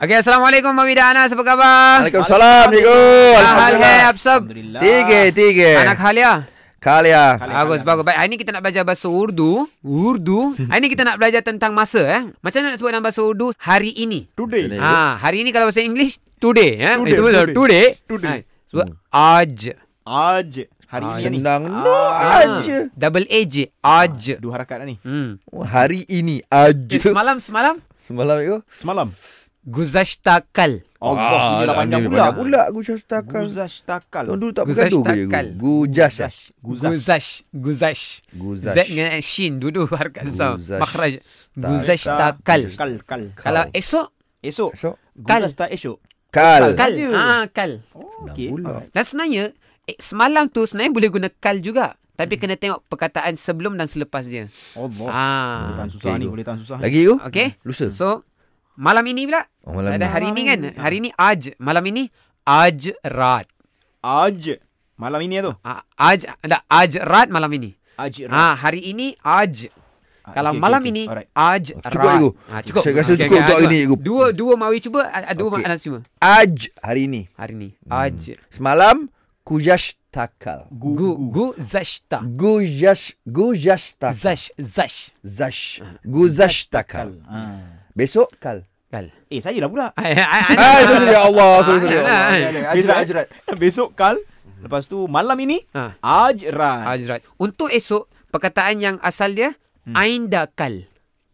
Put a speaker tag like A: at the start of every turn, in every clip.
A: Okay, Assalamualaikum Mami Dana, apa khabar?
B: Waalaikumsalam cikgu.
A: Apa hal hai
B: Alhamdulillah.
A: ab sab?
C: Alhamdulillah.
B: Tiga, tiga.
A: Anak halia.
B: Kalia.
C: lah.
A: Bagus, bagus. Baik, hari ni kita nak belajar bahasa Urdu. Urdu.
C: Hmm.
A: Hari ni kita nak belajar tentang masa eh. Macam mana nak sebut dalam bahasa Urdu hari ini?
C: Today.
B: Today.
A: Ha, hari ini kalau bahasa English today eh.
C: Today,
A: Itu betul.
C: today.
A: Today.
C: Today. Hmm.
A: Ha, sebut aj.
C: Aj. Hari
B: Ah,
C: ini ni.
B: Senang no
A: Ah,
B: aja.
A: Double aj. Aj.
C: Dua harakat lah ni.
A: Hmm.
B: Oh, Hari ini
A: Eh,
B: aja.
A: semalam semalam
B: Semalam cikgu.
C: Semalam.
A: guzashtakal.
C: Allah,
B: Ah,
C: gila panjang
B: Alhamdulillah.
C: pula.
B: Pula gujas takal.
C: Guzash takal.
B: Tahun dulu tak
A: Guzash
B: bergaduh ke
A: takal.
B: cikgu? Gujas. eh?
C: Guzash.
A: Guzash. Guzash.
B: Guzash.
A: Z dengan shin duduk harakat susah.
B: Guzash.
A: Makhraj.
B: Tak.
A: Guzashtakal.
C: Kal, kal.
A: Kalau esok
C: Esok.
B: eh, Esok.
C: Guzash tak esok.
B: Kal.
A: Kal.
C: Saja.
A: Ah, kal.
B: Oh,
C: Okey.
B: Pula.
A: Dan sebenarnya eh, semalam tu sebenarnya boleh guna kal juga. Tapi kena tengok perkataan sebelum dan selepas dia.
C: Allah.
A: Ah.
C: Boleh tahan susah
B: Okey,
C: ni,
B: go.
C: boleh tahan susah. ni.
B: Lagi cikgu?
A: Okey.
B: Hmm. Lusa.
A: So malam ini pula
B: Oh, malam
A: ada
B: ni.
A: hari ini kan. Hari ini aj. Malam ini aj rat.
C: Aj. Malam ini ya tu.
A: Ah, aj ada aj rat malam ini.
C: Aj.
A: Ah hari ini aj.
C: Ah,
A: Kalau
C: okey,
A: malam
C: okey,
A: ini
C: alright.
A: aj rat.
B: Cukup, Igu.
A: Ah, cukup.
B: Saya rasa
A: Okey,
B: cukup
A: okey,
B: untuk hari
A: dua-
B: ni, Igu.
A: Dua dua mawi cuba ah, ah, dua
B: Okey.
A: makna cuma.
B: Aj hari ini.
A: Hari ini aj.
B: Semalam gujas takal.
C: Gu.
A: Gu
C: Gu.
A: gu zashta.
B: Gujas gujas takal.
A: Zash zash
B: Zash. Guzash takal.
C: Ah.
B: Besok kal.
A: kal.
C: Eh, saya lah pula. Eh,
A: Ah, ah, ah,
B: Ah,
A: ah,
B: sorry ya Allah, sorry sorry.
A: Ah, ah, ah.
B: Ajrat ajrat.
C: Besok kal.
B: Mhm.
C: Lepas tu malam ini
A: Ah.
C: Ajran.
A: Ajrat. Untuk esok, perkataan yang asal dia, hmm. Aindakal.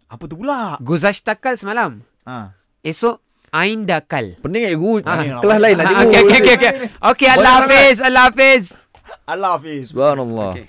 C: Apa tu pula?
A: Guzashtakal semalam.
C: Ha.
A: Esok, Aindakal.
B: Pening kan cikgu.
C: Ah.
B: Kelas lain lah
A: Ah,
B: cikgu.
A: okay, okay, okay, okay. Okay, Allah
B: Banyak
A: Hafiz, Allah Hafiz.
C: Allah Hafiz.
B: Subhanallah.
A: Okay.